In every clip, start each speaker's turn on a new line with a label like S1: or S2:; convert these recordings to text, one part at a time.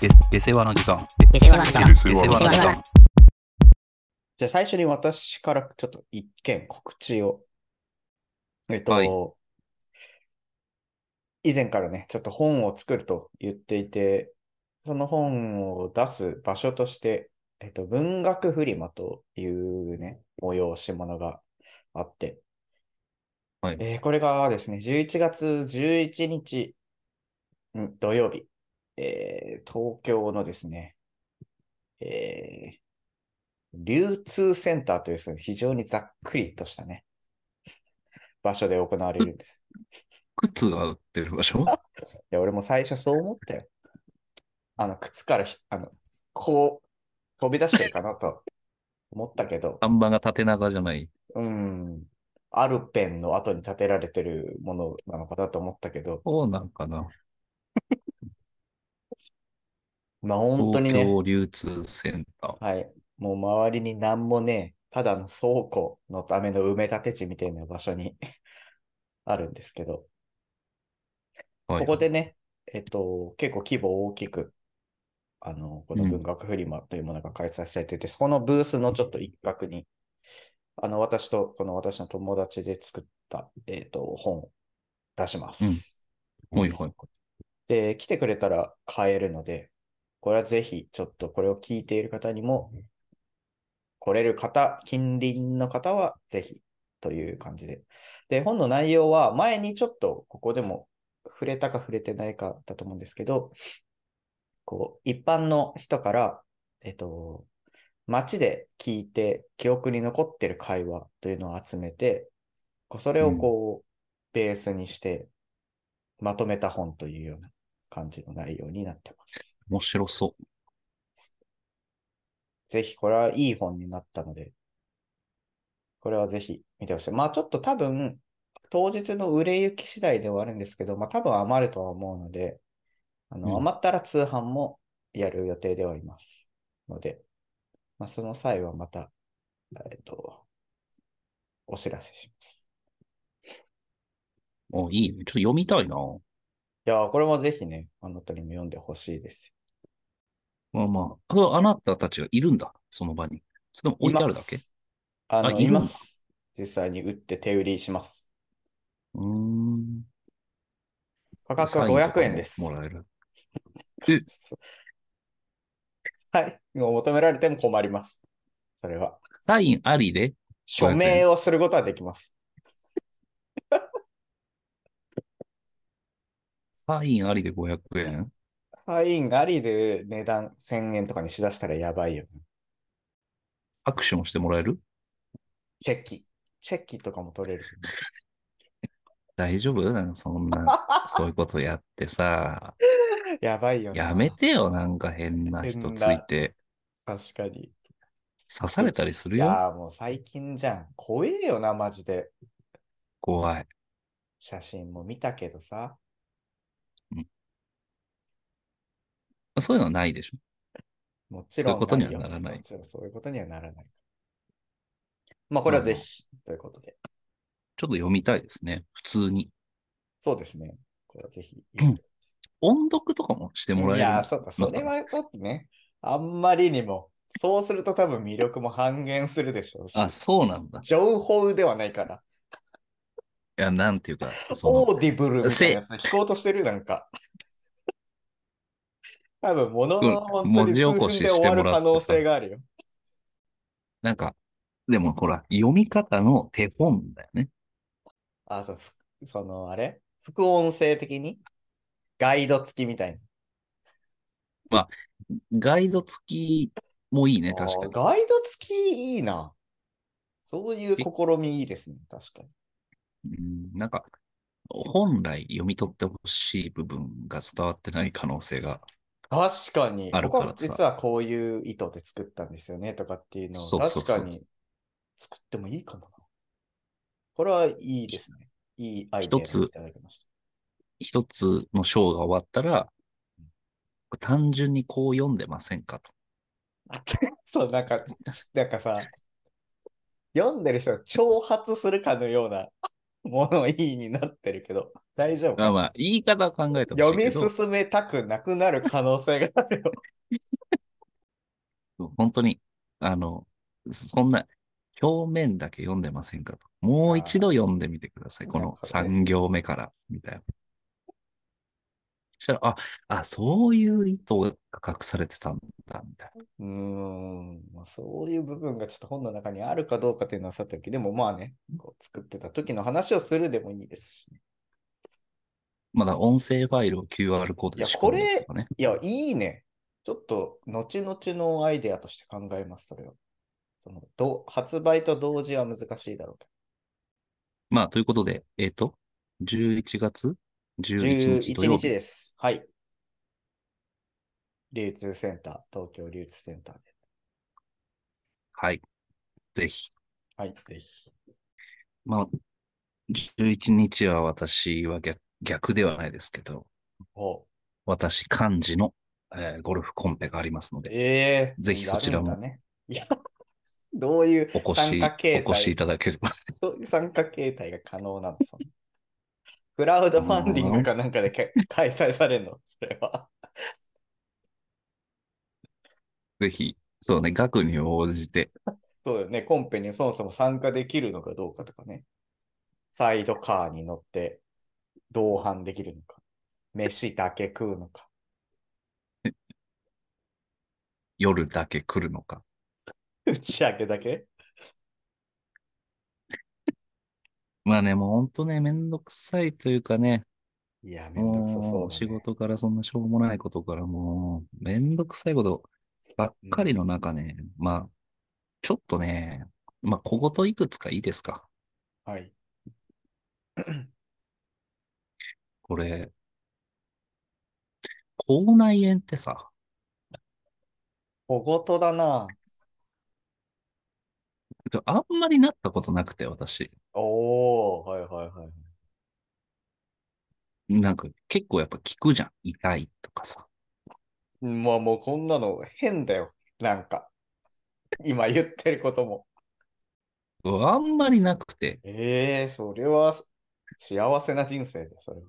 S1: で、で世話の時間。
S2: で世話の時間
S3: で
S1: で
S3: 世
S1: 世
S3: 話
S1: 話
S3: の
S1: の
S3: 時
S1: 時
S2: 間
S1: 間。
S4: じゃあ最初に私からちょっと一件告知を。えっと、
S1: はい
S4: 以前からね、ちょっと本を作ると言っていて、その本を出す場所として、えっと、文学フリマというね、催し物があって、
S1: はい
S4: えーこれがですね、11月11日ん土曜日、えー東京のですね、えー流通センターというそういう非常にざっくりとしたね、 場所で行われるんです。
S1: 靴が売ってる場所
S4: いや、俺も最初そう思ったよ。あの、靴からひ、あの、こう、飛び出してるかなと思ったけど、
S1: 看板が縦長じゃない。
S4: うん、アルペンの後に建てられてるものなのかなと思ったけど、
S1: そうなんかな。
S4: まあ本当に
S1: 東
S4: ね、
S1: 京流通センター。
S4: はい、もう周りになんもねえ、ただの倉庫のための埋め立て地みたいな場所に あるんですけど、
S1: はい
S4: ここでね、えっと、結構規模大きく、あの、この文学フリマというものが開催されてて、そこのブースのちょっと一角に、あの、私と、この私の友達で作った、えっと、本を出します。
S1: うんはいはい。
S4: で、来てくれたら買えるので、これはぜひ、ちょっとこれを聞いている方にも、来れる方、近隣の方はぜひという感じで。で、本の内容は前にちょっとここでも触れたか触れてないかだと思うんですけど、こう、一般の人から、えっと、街で聞いて記憶に残ってる会話というのを集めて、こうそれをこう、ベースにしてまとめた本というような感じの内容になってます。
S1: 面白そう。
S4: ぜひ、これはいい本になったので、これはぜひ見てほしい。まあちょっと多分、当日の売れ行き次第ではあるんですけど、まあ多分余るとは思うので、あ
S1: うん
S4: の余ったら通販もやる予定ではいます。ので、まあその際はまた、えっと、お知らせします。
S1: おいいね。ちょっと読みたいな。
S4: いやー、これもぜひね、あなたにも読んでほしいです。
S1: まあまあ。あと、あなたたちがいるんだ。その場に。それとも置いてあるだけ
S4: いますあの、
S1: あい
S4: い
S1: るんだ
S4: ます。実際に売って手売りします。
S1: うーん。
S4: 価
S1: 価
S4: 格は500円です。
S1: もらえる。
S4: はい。もう求められても困ります。それは。
S1: サインありで
S4: 署名をすることはできます。
S1: サインありで500円
S4: サインありで値段1000円とかにしだしたらやばいよね。
S1: アクションしてもらえる
S4: チェキ。チェキとかも取れる。
S1: 大丈夫なんかそんな、そういうことやってさ。
S4: やばいよな
S1: やめてよ、なんか変な人ついて。
S4: 確かに。
S1: 刺されたりする
S4: い
S1: よ。
S4: やーもう最近じゃん。怖えよな、マジで。
S1: 怖い。
S4: 写真も見たけどさ。
S1: そういうのはないでしょ。
S4: もち
S1: そ
S4: ろん
S1: ういうこと
S4: よ
S1: にはならない
S4: もちろんそういうことにはならない。まあ、これはぜひ、ということで。
S1: ちょっと読みたいですね。普通に。
S4: そうですね。これはぜひ 読んで。
S1: 音読とかもしてもらえ
S4: い
S1: る。
S4: や、そうだ、それはちょっとね、あんまりにも、そうすると多分魅力も半減するでしょうし、
S1: あ、そうなんだ。
S4: 情報ではないから、
S1: いや、なんていう か、そ
S4: オ
S1: の
S4: ーディブルみたいなやつで聞こうとしてるなんか。 多分、ものの
S1: うん
S4: 本当
S1: 文字
S4: に数
S1: 起こ
S4: 分
S1: し
S4: で終わる
S1: してもらってさ
S4: 可能性があるよ。
S1: なんか、でもほら、読み方の手本だよね。
S4: あ、そう、ふその、あれ副音声的にガイド付きみたいな。
S1: ガイド付きもいいね、確
S4: あ
S1: か
S4: ー
S1: に。
S4: ガイド付きいいな。そういう試みいいですね、確かに。
S1: うんなんか、本来読み取ってほしい部分が伝わってない可能性が、
S4: 確かに、
S1: あるから
S4: ここ
S1: さ
S4: 実はこういう意図で作ったんですよねとかっていうの
S1: そ
S4: を
S1: うそうそう
S4: 確かに作ってもいいかもな。これはいいですね。いいアイデアを
S1: 一つ
S4: いただきました。
S1: 一つの章が終わったら、単純にこう読んでませんかと。
S4: そう、なんか、なんかさ、読んでる人が挑発するかのような物言いになってるけど、大丈夫
S1: まあまあ、言い方を考えてほし
S4: 読
S1: いけ
S4: み
S1: ど、
S4: 進めたくなくなる可能性があるよ。
S1: 本当に、あの、そんな、表面だけ読んでませんかと。もう一度読んでみてください。
S4: あー
S1: この
S4: なるほどね
S1: 3行目から、みたいな。そしたら、あ、あ、そういう意図が隠されてたんだ、みたいな。
S4: うーん、まあ、そういう部分がちょっと本の中にあるかどうかというのはさておき、でもまあね、こう作ってた時の話をするでもいいですしね、
S1: まだ音声ファイルを QR コード
S4: いや
S1: で仕込んでとかね。
S4: いや、いいね。ちょっと、後々のアイデアとして考えます、それは。そのど発売と同時は難しいだろうけ
S1: まあ、ということで、えっ、と、11月
S4: ど。
S1: 11日土
S4: 11
S1: 曜
S4: 日
S1: 日。
S4: です。はい。流通センター、東京流通センターで。
S1: はい。ぜひ。
S4: はい、ぜひ。
S1: まあ、11日は私は逆逆ではないですけど、
S4: お
S1: 私、漢字の、えーゴルフコンペがありますので、
S4: ええ
S1: ぜひそちらも
S4: やるんだね。いや、どういう
S1: お越
S4: 参
S1: し、
S4: 加形
S1: お越しい
S4: 態、
S1: ただければ。
S4: そういう参加形態が可能なのそのクラウドファンディングかなんかでけ開催されるの それは。
S1: ぜひ、そうね、額に応じて、
S4: そうだよね、コンペにそもそも参加できるのかどうかとかね。サイドカーに乗って同伴できるのか。飯だけ食うのか。
S1: 夜だけ来るのか。
S4: 打ち上げだけ
S1: まあね、もう本当ね、めんどくさいというかね、
S4: いや、めんどくさ
S1: も
S4: そうう
S1: 仕
S4: だ、ね。
S1: 事からそんなしょうもないことからもう、めんどくさいことばっかりの中ね、まあ、ちょっとね、まあ、小言いくつかいいですか。
S4: はい。
S1: これ、口内炎ってさ、
S4: 小言だな。
S1: あんまりなったことなくて、私。
S4: おー、はいはいはい。
S1: なんか結構やっぱ聞くじゃん。痛いとかさ。
S4: まあもうこんなの変だよ。なんか。今言ってることも。
S1: あんまりなくて。
S4: ええそれは幸せな人生で、それは。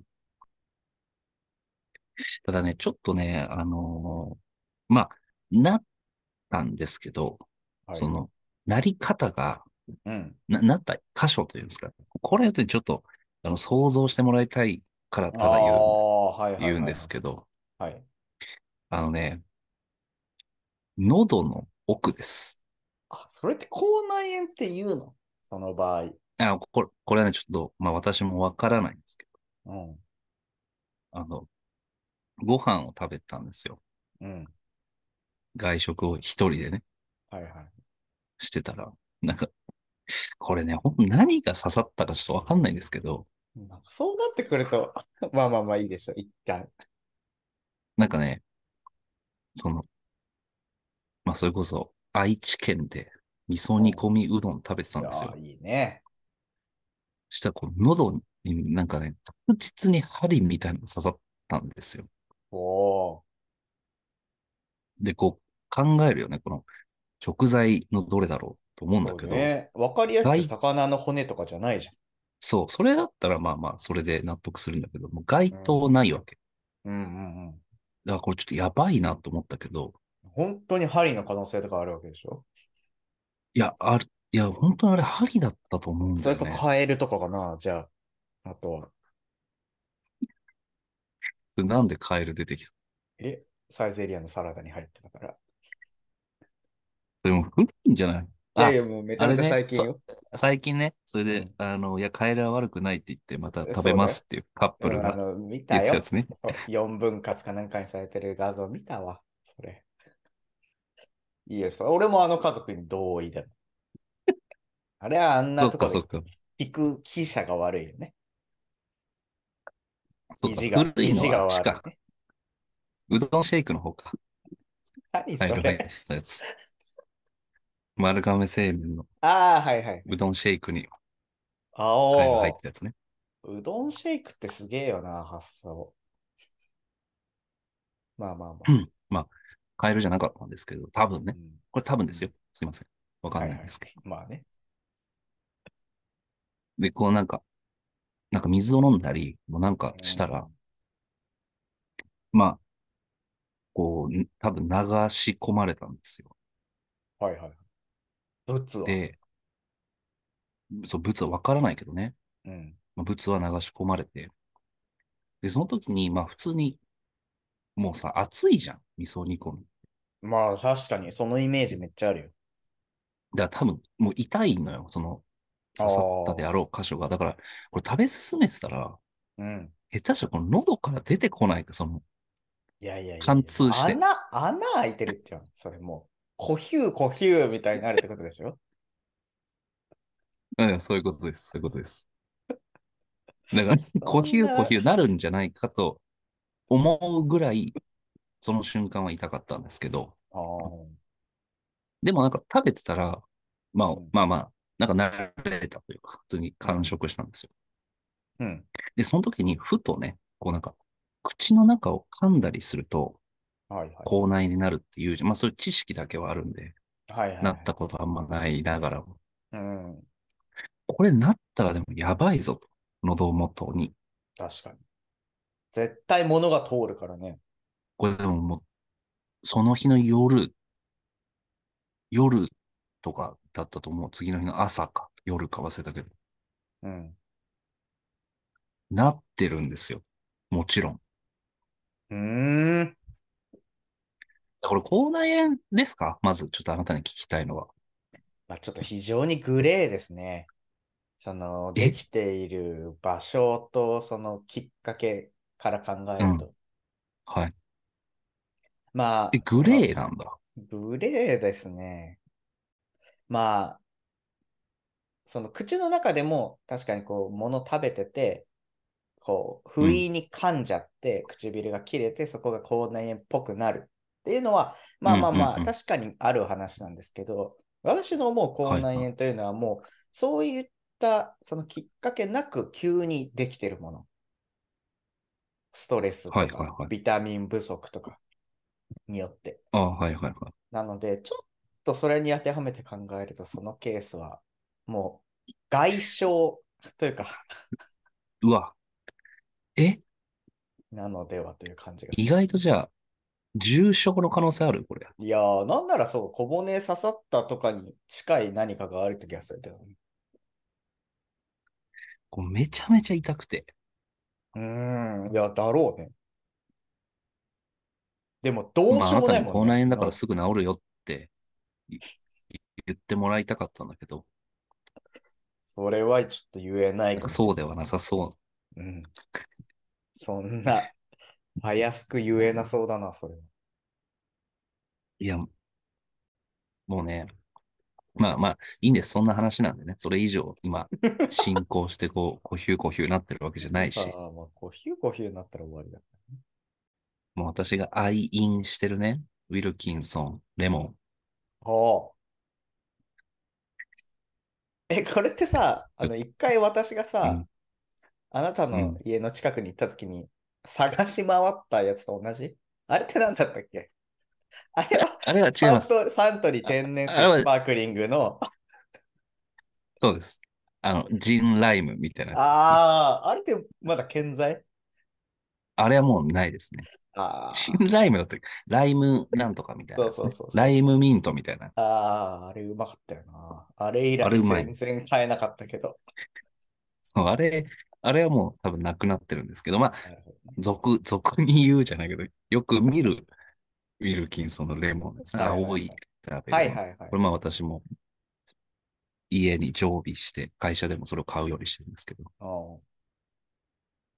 S1: ただね、ちょっとね、あのーまあ、なったんですけど、
S4: はい、
S1: その、なり方が、
S4: うん。
S1: な、なった箇所というんですか。これでちょっと、あの、想像してもらいたいからた
S4: あ
S1: だ言う
S4: あ、はいはいはい、
S1: 言うんですけど、
S4: ど。はい。
S1: あのね、喉の奥です。
S4: あ、それって口内炎って言うのその場合。
S1: あ、これ、これはね、ちょっと、まあ私もわからないんですけ
S4: うん。
S1: ど、あの、ご飯を食べたんですよ。
S4: うん。
S1: 外食を一人でね、
S4: はいはい。
S1: してたら、なんか、これね、本当何が刺さったかちょっとわかんないんですけど、
S4: なんかそうなってくると、 まあまあまあいいでしょ、一旦。
S1: なんかね、その、まあ、それこそ、愛知県で味噌煮込みうどん食べてたんです
S4: あ
S1: よ
S4: ー。いいね。
S1: したら、こう、喉になんかね、確実に針みたいなの刺さったんですよ。
S4: おお
S1: で、こう、考えるよね、この食材のどれだろうと思うん
S4: ー。
S1: だ
S4: そう
S1: けど、
S4: ね。わかりやす
S1: 外
S4: く魚の骨とかじゃないじ
S1: そう、それだったらまあまあ、それで納得するんだけど、もう該当ないわけ。
S4: ゃん。うんうんうん。
S1: だからこれちょっとやばいなと思ったけど、
S4: 本当に針の可能性とかあるわけでしょ、
S1: いや、ある、いや、本当にあれ、針だったと思うん
S4: そ
S1: だ
S4: れ
S1: よ
S4: か
S1: ね。
S4: カエルとかかな、じゃあ。あとは。
S1: でなんでカエル出てきた
S4: え、サイゼリアのサラダに入ってたから。
S1: それも古いんじゃない
S4: い
S1: あ
S4: やいや、もうめちゃめちゃ最近よ。
S1: 最近ね、それで、
S4: うん
S1: あの、いや、カエルは悪くないって言って、また
S4: そう
S1: 食べますっていうカップル
S4: うんあ
S1: が
S4: の、見
S1: 言ったてたや
S4: よ。
S1: つね。
S4: そう4分割かなんかにされてる画像見たわ。それ。いいよ、それ俺もあの家族に同意だ。あれはあん
S1: そ
S4: な
S1: っ
S4: と
S1: か
S4: こ
S1: そっか。
S4: ろ行く記者が悪いよね。
S1: そっ
S4: 意
S1: か
S4: 地が、
S1: 古い
S4: 意地
S1: の
S4: が
S1: はあっち
S4: 悪い
S1: か。
S4: ね。
S1: うどんシェイクの方か。
S4: 何
S1: カエ
S4: そ
S1: ル入っ
S4: れ。
S1: てたやつ。丸亀製麺の
S4: ああ、はいはい。
S1: うどんシェイクに
S4: あ
S1: カエル入っ
S4: お
S1: てたやつね。
S4: ー、うどんシェイクってすげえよな、発想。まあまあまあ。
S1: うんまあ、カエルじゃなかったんですけど、多分ね。
S4: うん
S1: これ多分ですよ。すいません。わかんないですけど。
S4: まあね。
S1: で、こうなんか、なんか水を飲んだり、もうなんかしたら、まあ、こう、ん多分流し込まれたんですよ。
S4: はいはい。ぶつは。
S1: で、そう、物はわからないけどね。
S4: うん。
S1: まあ、物は流し込まれて。で、その時に、まあ普通に、もうさ、熱いじゃん。味噌煮込み。
S4: まあ確かにそのイメージめっちゃあるよ。
S1: だから多分、もう痛いのよ。その、刺さったであろう箇所が。だから、これ食べ進めてたら、
S4: うん。
S1: 下手したらこの喉から出てこないか、その、
S4: いやいやいやいや
S1: 貫通して
S4: 穴、穴開いてるってゃん。それもう。呼吸呼吸みたいになるってことで しょ
S1: うん、そういうことです。そういうことです。だ から、呼吸呼吸なるんじゃないかと思うぐらい、その瞬間は痛かったんですけど、
S4: ああ。
S1: でもなんか食べてたら、まあ
S4: うん
S1: まあまあ、なんか慣れたというか、普通に完食したんですよ。
S4: うん。
S1: で、その時にふとね、こうなんか、口の中を噛んだりすると、
S4: はいはい。
S1: 口内になるっていうじゃん、まあそういう知識だけはあるんで、
S4: はいはいはい。
S1: なったことあんまないながらも、
S4: うん。
S1: これなったらでもやばいぞと、喉元に。
S4: 確かに。絶対物が通るからね。
S1: これでももう、その日の夜、夜とかだったと思う。次の日の朝か、夜か忘れたけど、
S4: うん。
S1: なってるんですよ。もちろん。
S4: うーん。
S1: これ、口内炎ですかまず、ちょっとあなたに聞きたいのは。
S4: まあ、ちょっと非常にグレーですね。その、
S1: え
S4: できている場所と、そのきっかけから考えると。
S1: はい。
S4: まあ、
S1: え、グレーなんだ。
S4: グレーですね。まあ、その口の中でも確かにこう物食べてて、こう不意に噛んじゃって、唇が切れてそこが口内炎っぽくなるっていうのは、まあまあま
S1: うんうんう
S4: あ
S1: ん
S4: 確かにある話なんですけど、私の思う口内炎というのはもうそういったそのきっかけなく急にできてるもの。ストレスと
S1: はいはい
S4: か
S1: はい
S4: ビタミン不足とかによって。
S1: ああはいはいはい。
S4: なので、ちょっとそれに当てはめて考えると、そのケースは、もう、外傷というか、
S1: うわ。え、
S4: なのではという感じがし
S1: 意
S4: ます
S1: 外とじゃあ、重症の可能性あるこれ。
S4: いやー、なんならそう、小骨刺さったとかに近い何かがあるときはするけどね。
S1: こうめちゃめちゃ痛くて。
S4: うーん、いや、だろうね。でも、どうしよう
S1: まあ、あな
S4: もな
S1: た
S4: い
S1: に
S4: もんね。
S1: 口内炎だからすぐ治るよってい言ってもらいたかったんだけど、
S4: それはちょっと言えな
S1: な
S4: い
S1: ん
S4: か
S1: か
S4: もし
S1: そうではなさそう。
S4: れない。うん。そんな、早すく言えなそうだな、それは。
S1: いや、もうね、まあまあ、いいんです。そんな話なんでね。それ以上、 今、進行して、こう、呼吸呼吸なってるわけじゃ ないし、
S4: ああ、まあ、コヒューコヒューになったら終わりだ。
S1: もう私が愛飲してるね、ウィルキンソン、レモン。
S4: おうえ、これってさ、あの、一回私が
S1: う
S4: さ
S1: ん、
S4: あなた
S1: うん
S4: の家の近くに行った時に、探し回ったやつと同じあれって何だったっけあれは
S1: あれは違い
S4: サン
S1: ます。
S4: トサントリー天然
S1: ああれは
S4: 水スパークリングの、
S1: そうです。あの、ジンライムみたいなやつですね、
S4: ああ、あれってまだ健在
S1: あれはもうないですね。
S4: あ
S1: ジンライムだって、ライムなんとかみたいなやつね、
S4: そうそうそうそう
S1: ライムミントみたいなやつ
S4: あ、ああ、あれうまかったよな。あれ以
S1: あ
S4: 来
S1: れうまい
S4: 全然買えなかったけど。
S1: そう、あれ、あれはもう多分なくなってるんですけど、まあ、
S4: なるほどね
S1: 俗、俗に言うじゃないけど、よく見るウィルキンソンのレモンですね。
S4: はいはいはい
S1: 青いラベルの。
S4: はいはいはい
S1: こ。れまあ私も家に常備して、会社でもそれを買うようにしてるんですけど、
S4: うん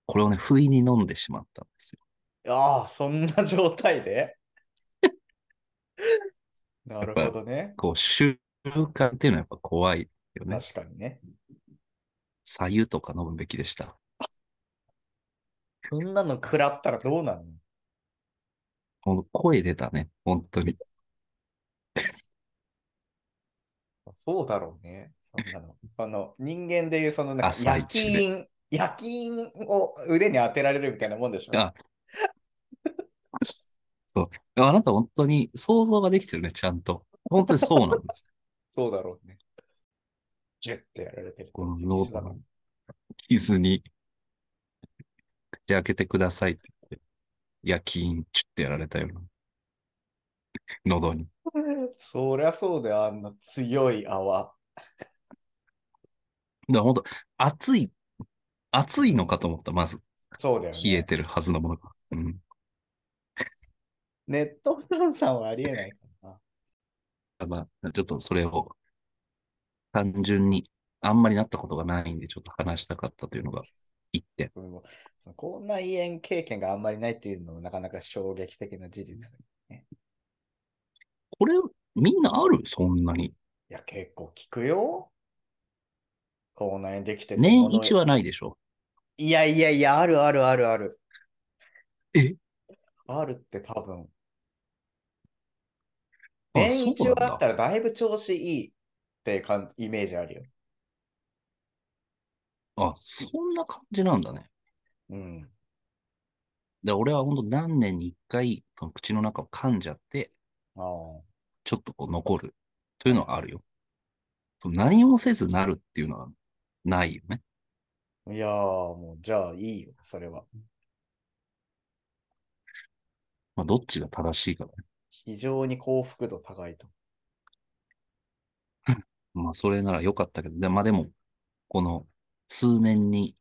S1: これをね、不意に飲んでしまったんですよ。
S4: ああ、そんな状 態でなるほどね。
S1: こう、習慣っていうのはやっぱ怖いよね。
S4: 確かにね。
S1: 左右とか飲むべきでした。
S4: そんなの食らったらどうなるの
S1: この声出たね、本当に。
S4: そうだろうね。そんなの。あの、人間でいう、そのなんか、
S1: 朝
S4: 焼
S1: 一
S4: き印、焼き印を腕に当てられるみたいなもんでしょ
S1: あそう。あなた本当に想像ができてるね、ちゃんと。本当にそうなんです。
S4: そうだろうね。ジュッてやられてる
S1: この
S4: 感じ一緒だな
S1: 喉の傷に口開けてくださいって言って、いや、キーン、チュッてやられたような。喉に。
S4: そりゃそうだよ、あんな強い泡。
S1: だから本当熱い、熱いのかと思った、まず。
S4: そうだよ
S1: 冷え
S4: ね。
S1: てるはずのものが。うん。
S4: ネット換算はありえないからな。
S1: まあ、ちょっとそれを、単純に、あんまりなったことがないんで、ちょっと話したかったというのが一点。
S4: そのそのこんな胃炎経験があんまりないっていうのもなかなか衝撃的な事実。い
S1: これ、みんなあるそんなに。
S4: や、結構聞くよ。口内炎できてて
S1: 年
S4: 物
S1: 一はないでしょ。
S4: いやいやいや、あるあるあるある。
S1: え
S4: あるって多分。
S1: あ
S4: 年一
S1: そうなんだ
S4: はあったらだいぶ調子いいってかんイメージあるよ。
S1: あ、そんな感じなんだね。
S4: うん。
S1: だから俺は本当何年に一回、その口の中を噛んじゃって、
S4: ああ。
S1: ちょっとこう残るというのはあるよ。その何もせずなるっていうのはないよね。
S4: いやー、もう、じゃあいいよ、それは。
S1: まあ、どっちが正しいかだね。
S4: 非常に幸福度高いと。
S1: まあ、それなら良かったけど、でまあでも、この数年に、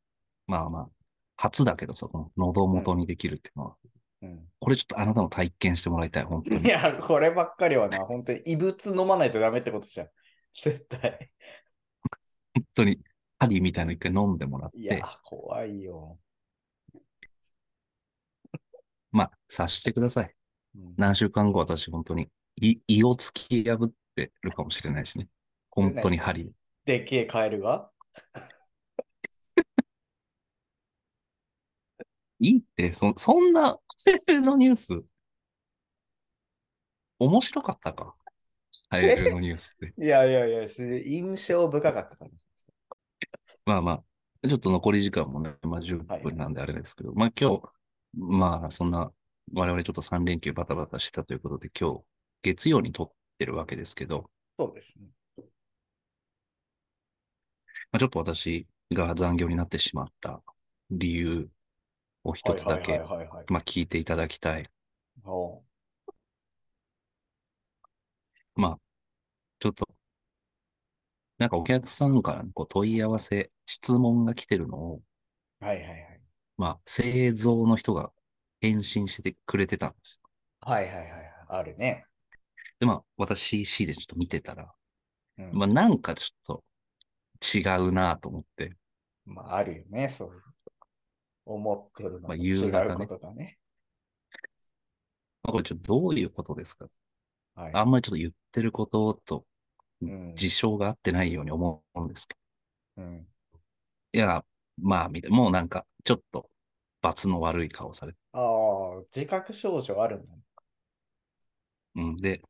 S1: まあまあ、初だけどさ、この喉元にできるっていうのは、
S4: うん、
S1: これちょっとあなたも体験してもらいたい、本当
S4: い
S1: に。
S4: や、こればっかりはな、本当に異物飲まないとダメってことじゃん。 絶対。
S1: 本当に、ハリーみたいなの一回飲んでもらっ
S4: いや
S1: て、、
S4: 怖いよ。
S1: まあ、察してください。
S4: うん
S1: 何週間後、私、本当に、い胃を突き破ってるかもしれないしね。本当にハリー。
S4: でっけえカエルが
S1: いいって、そ、そんな、カエルのニュース、面白かったか。カエルのニュースって。
S4: いやいやいや、す印象深かったから。
S1: まあまあ、ちょっと残り時間もね、まあ10分なんであれですけど、まあ今日、まあそんな、我々ちょっと3連休バタバタしてたということで、今日、月曜に撮ってるわけですけど、
S4: そうですね。
S1: まあ、ちょっと私が残業になってしまった理由を一
S4: はい
S1: つ
S4: は
S1: だ
S4: いは
S1: け、
S4: いはい、はい。
S1: まあ聞いていただきたい。
S4: おう
S1: ちょっと、なんかお客さんからこう問い合わせ、質問が来てるのを、
S4: はいはいはい。
S1: まあ製造の人が返信してくれてたんですよ。
S4: はいはいはいはい。あるね。
S1: で、まあ私 CC でちょっと見てたら、
S4: うん
S1: まあ、なんかちょっと違うなと思って、
S4: まあ、あるよね、そういう。思ってるの
S1: まあ
S4: と
S1: 夕
S4: 違
S1: 方ね
S4: うことがね。
S1: まあこれちょっとどういうことですか
S4: はい。
S1: あんまりちょっと言ってることと
S4: うん。
S1: 事象が合ってないように思うんですけ
S4: うん。
S1: ど。いや、まあ、みたいな。もうなんか、ちょっと、罰の悪い顔されて。
S4: ああ、自覚症状あるんだね。
S1: うんで、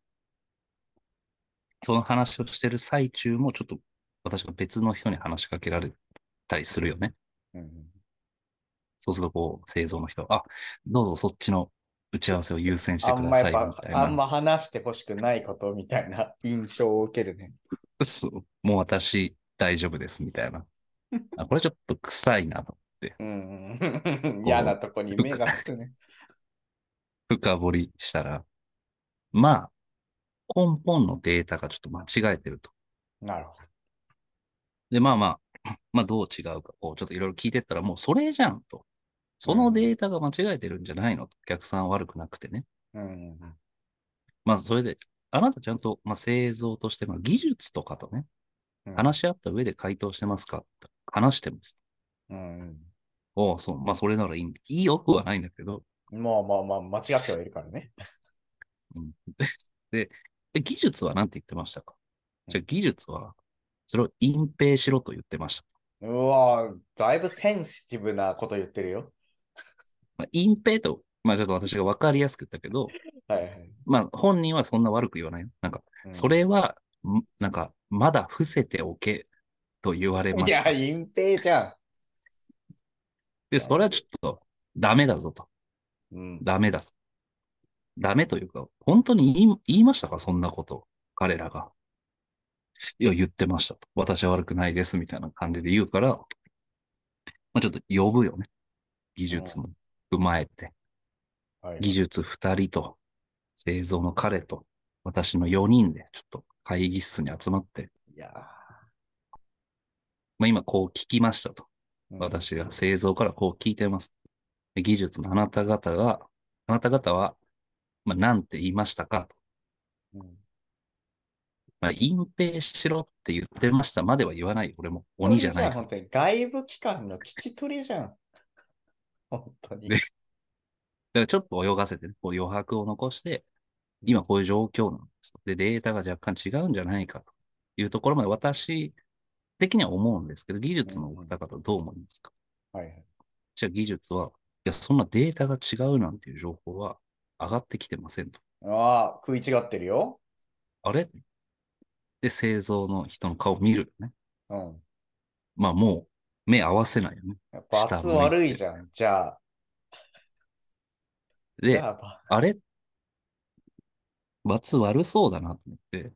S1: その話をしてる最中も、ちょっと、私が別の人に話しかけられたりするよね。
S4: うん。
S1: そうすると、こう、製造の人は、あ、どうぞそっちの打ち合わせを優先して
S4: あ
S1: く
S4: ん
S1: だ
S4: ま
S1: さ
S4: やっ
S1: い、み
S4: ぱ
S1: たい、な。
S4: あんま話してほしくないことみたいな 印象を受けるね。
S1: そうもう私大丈夫ですみたい な。あこれちょっと臭いなと。
S4: うんうん。嫌なとこに目がつくね。
S1: 深掘りしたら、まあ、根本のデータがちょっと間違えてると。
S4: なるほど。
S1: で、まあまあ、 まあどう違うか、こうちょっといろいろ聞いてったら、もうそれじゃんと。そのデータが間違えてるんじゃないのと。お客さんは悪くなくてね。
S4: うんうんうん。
S1: まあそれで、あなたちゃんと、まあ、製造として、まあ、技術とかとね、
S4: うん
S1: 話し合った上で回答してますかって話してます。
S4: うん
S1: おうそう、まあそれならいいんいいよくはないんだけど、
S4: うん。まあまあまあ、間違ってはいるからね。
S1: で、技術は何て言ってましたか
S4: うん
S1: じゃあ技術は、それを隠蔽しろと言ってました。
S4: うわぁ、だいぶセンシティブなこと言ってるよ。
S1: まあ、隠蔽と、まあちょっと私が分かりやすく言ったけど、
S4: はいはい。
S1: まあ本人はそんな悪く言わないよ。なんか、
S4: うん
S1: それは、んなんか、まだ伏せておけと言われま
S4: い
S1: した
S4: や、。隠蔽じゃ
S1: で、それはちょっと、ダメだぞと。
S4: ん。うん。
S1: ダメだぞ。ダメというか、本当に言い言いましたかそんなこと。彼らが。いや、言ってましたと。私は悪くないです、みたいな感じで言うから、まあちょっと呼ぶよね。技術も踏まえて、
S4: はい。
S1: 技術二人と、製造の彼と、私の4人で、ちょっと会議室に集まって、
S4: いや
S1: まあ今こう聞きましたと。
S4: ー、
S1: 私が製造からこう聞いてます。で技術のあなた方が、あなた方は、まあ、なんて言いましたかと。
S4: うん。うん
S1: まあ、隠蔽しろって言ってましたまでは言わない。俺も鬼じゃないから。
S4: 本当に外部機関の聞き取りじゃん。本当に。
S1: ねだからちょっと泳がせてね、こう余白を残して、今こういう状況なんですと。で、データが若干違うんじゃないかというところまで私的には思うんですけど、技術の方々どう思いますか
S4: はいはい。
S1: じゃあ技術は、いや、そんなデータが違うなんていう情報は上がってきてませんと。
S4: ああ、食い違ってるよ。
S1: あれで、製造の人の顔見るよね。
S4: うん。
S1: まあもう目合わせないよね。
S4: やっぱ
S1: 下
S4: 罰
S1: 向いて
S4: 悪いじゃん。じゃあ、じ
S1: で
S4: ゃ、あば、
S1: あれ罰悪そうだなと思って。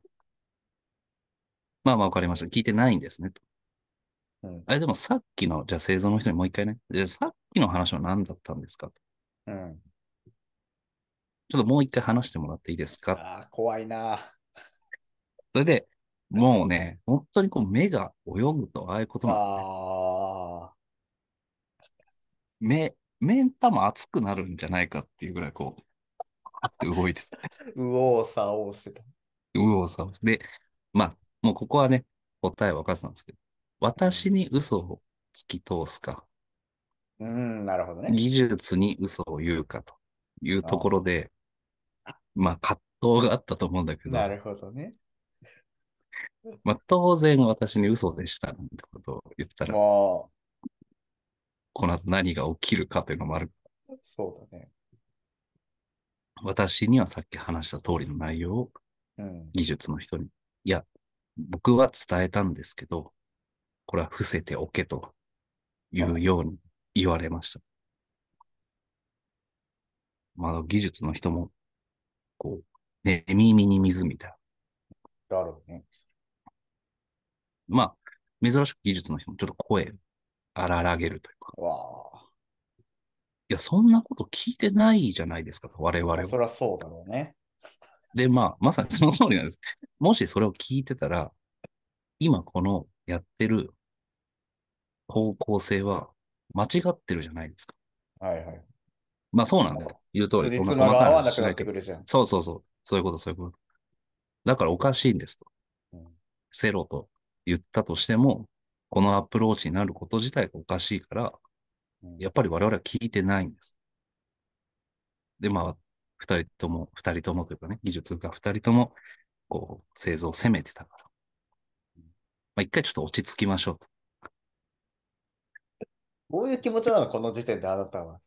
S1: まあまあわかりました。聞いてないんですねと。
S4: うん。
S1: あれでもさっきの、じゃあ製造の人にもう一回ね。じゃあさっきの話は何だったんですかと
S4: うん。
S1: ちょっともう一回話してもらっていいですか
S4: ああ、怖いな。
S1: それで、もうね、本当にこう目が泳ぐと、ああいうことなんだね
S4: ああ、
S1: 目、目ん玉熱くなるんじゃないかっていうぐらいこう、パッて動いてた。
S4: 右往左往してた。
S1: 右往左往してで、まあ、もうここはね、答え分かってたんですけど、私に嘘を突き通すか、
S4: うん、なるほどね。
S1: 技術に嘘を言うかというところで、まあ、葛藤があったと思うんだけど、
S4: なるほどね。
S1: まあ、当然私に嘘でしたなんてことを言ったら、
S4: も
S1: この後何が起きるかというのもある。
S4: う、そうだね。
S1: 私にはさっき話した通りの内容を
S4: うん。
S1: 技術の人に。いや、僕は伝えたんですけど、これは伏せておけというように言われました。まあ、技術の人も、こう、ね、耳に水みたい
S4: だろうね。
S1: な。まあ、珍しく技術の人もちょっと声荒らげるというか、
S4: わあ。
S1: いや、そんなこと聞いてないじゃないですかと、我々
S4: まあ
S1: は。
S4: そりゃそうだろうね。
S1: で、まあ、まさにその通りなんです。 もしそれを聞いてたら、今このやってる方向性は間違ってるじゃないですか。
S4: はいはい。
S1: まあそうなんだよ。言う通り、
S4: 辻
S1: そんな
S4: 褄
S1: 細かい
S4: が合わな
S1: 話し
S4: くな
S1: な
S4: っ
S1: い
S4: て
S1: けど。
S4: くるじゃん。
S1: そうそうそう。そういうこと、そういうこと。だからおかしいんですと。
S4: うん
S1: セロと言ったとしても、このアプローチになること自体がおかしいから、
S4: うん
S1: やっぱり我々は聞いてないんです。で、まあ、二人とも、二人ともというかね、技術が二人とも、こう、製造を攻めてたから。まあ、一回ちょっと落ち着きましょうと。
S4: どういう気持ちなのこの時点であなたは。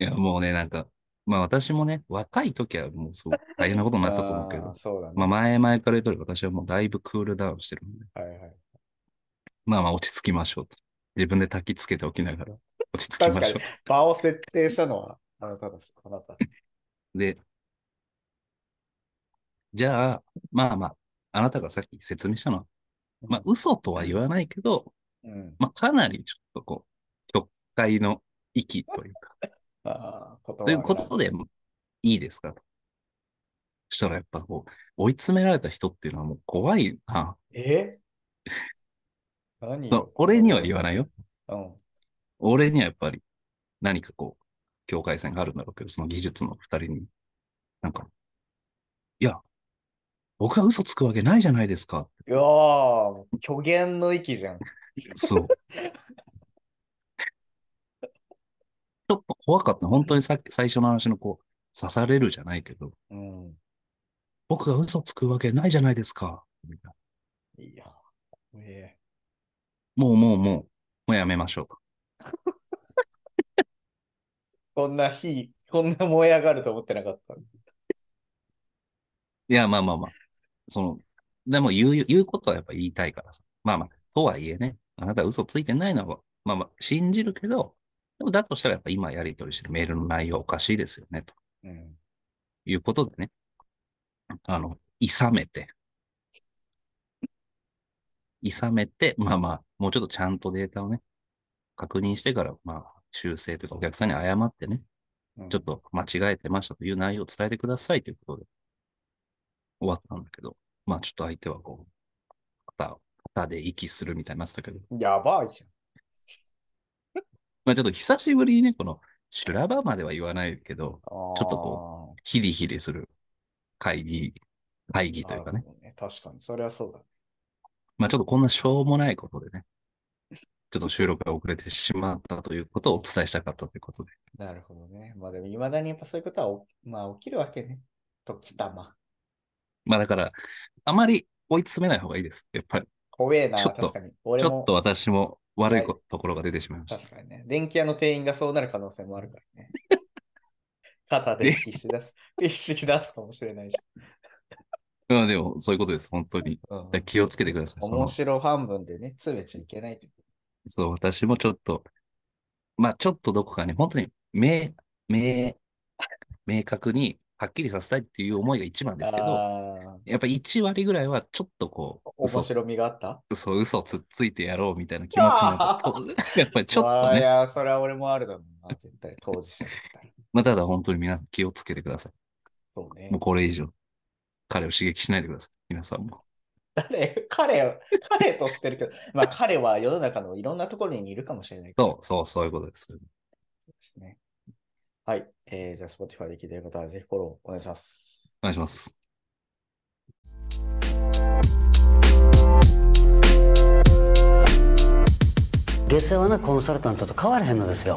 S1: いや、もうね、なんか、まあ私もね、若い時はもうすごい大変なことになってたと思うけ
S4: あ
S1: ど
S4: ー、そうだね。
S1: まあ前々から言う通り私はもうだいぶクールダウンしてるんで、
S4: はいはい。
S1: まあまあ落ち着きましょうと。自分で焚きつけておきながら、落ち着きま
S4: 確か
S1: しょ
S4: に、場を設定したのはあなただし、あなた。
S1: う。で、じゃあ、まあまあ、あなたがさっき説明したのは、まあ嘘とは言わないけど、
S4: うん。
S1: まあかなりちょっとこう、曲解の域という か、
S4: ああ、
S1: ということ
S4: で。
S1: で、いいですかと。そしたらやっぱこう、追い詰められた人っていうのはもう怖いな。
S4: え何
S1: まあ俺には言
S4: わ
S1: わないよ。
S4: うん。
S1: 俺にはやっぱり何かこう、境界線があるんだろうけど、その技術の二人に、なんか、いや、僕は嘘つくわけないじゃないですか。
S4: いやー、虚言の域じゃん。
S1: そう。 ちょっと怖かった。本当にさっき最初の話のこう、刺されるじゃないけど、
S4: うん。
S1: 僕が嘘つくわけないじゃないですか。みたい
S4: いや、怖え
S1: なもうもうもう、もうやめましょうと。
S4: こんな火、こんな燃え上がると思ってなかった。
S1: いや、まあまあまあ。その、でも言う、言うことはやっぱ言いたいからさ。まあまあ、とはいえね、あなた嘘ついてないのは、まあまあ、信じるけど、でもだとしたらやっぱ今やり取りしてるメールの内容おかしいですよね、と
S4: うん。
S1: いうことでね。あの、いさめて。いさめて、まあまあ、もうちょっとちゃんとデータをね、確認してから、まあ、修正というか、お客さんに謝ってね、
S4: うん
S1: ちょっと間違えてましたという内容を伝えてくださいということで、終わったんだけど、まあちょっと相手はこう、肩、肩で息するみたいになってたけど、
S4: やばいじ
S1: まあちょっと久しぶりにね、この修羅場までは言わないけど、
S4: ゃん。ょ
S1: ちょっとこヒリヒリする会議、会議というかね、
S4: 確かに、それはそうだ。
S1: まあちょっとこんなしょうもないことでね、ちょっと収録が遅れてしまったということをお伝えしたかったということで、
S4: なるほどね。まあでも、いまだにやっぱそういうことはお、まあ起きるわけね。時たま。
S1: まあだから、あまり追い詰めない方がいいです。やっぱり、
S4: 怖えな、
S1: ちょっと
S4: 確かに。俺
S1: ちょ
S4: も
S1: っと、私も悪いこ
S4: は
S1: ところが出てしまいました。
S4: 確かにね。電気屋の店員がそうなる可能性もあるから ね。肩でティッシュ出す。ティッシュ出すかもしれないし。
S1: まあでも、そういうことです、本当に。
S4: うん
S1: だから気をつけてください。その
S4: 面白半分でね、詰めちゃいけないという。
S1: そう、私もちょっと、まあちょっとどこかに、本当に明、明、明確にはっきりさせたいっていう思いが一番ですけど、
S4: あ
S1: やっぱ1割ぐらいはちょっとこ
S4: あ、
S1: う、嘘
S4: 面、白みがあった
S1: 嘘、嘘つっついてやろうみたいな気持ちになると やっぱりちょっと
S4: あーい
S1: ね、
S4: や、それは俺もあるだろうな、絶対、当事者だったら。
S1: まあただ本当に皆さん気をつけてくださ
S4: そうね
S1: い。もう。これ以上、彼を刺激しないでください。皆さんも。
S4: 彼、彼、彼としてるけど、まあ彼は世の中のいろんなところにいるかもしれないから
S1: そう、そう、そういうことです。
S4: そうですね。はい。えー、じゃあ、Spotify で聞いてる方はぜひフォローお願いします。
S1: お願いします。
S2: 下世話なコンサルタントと変わらへんのですよ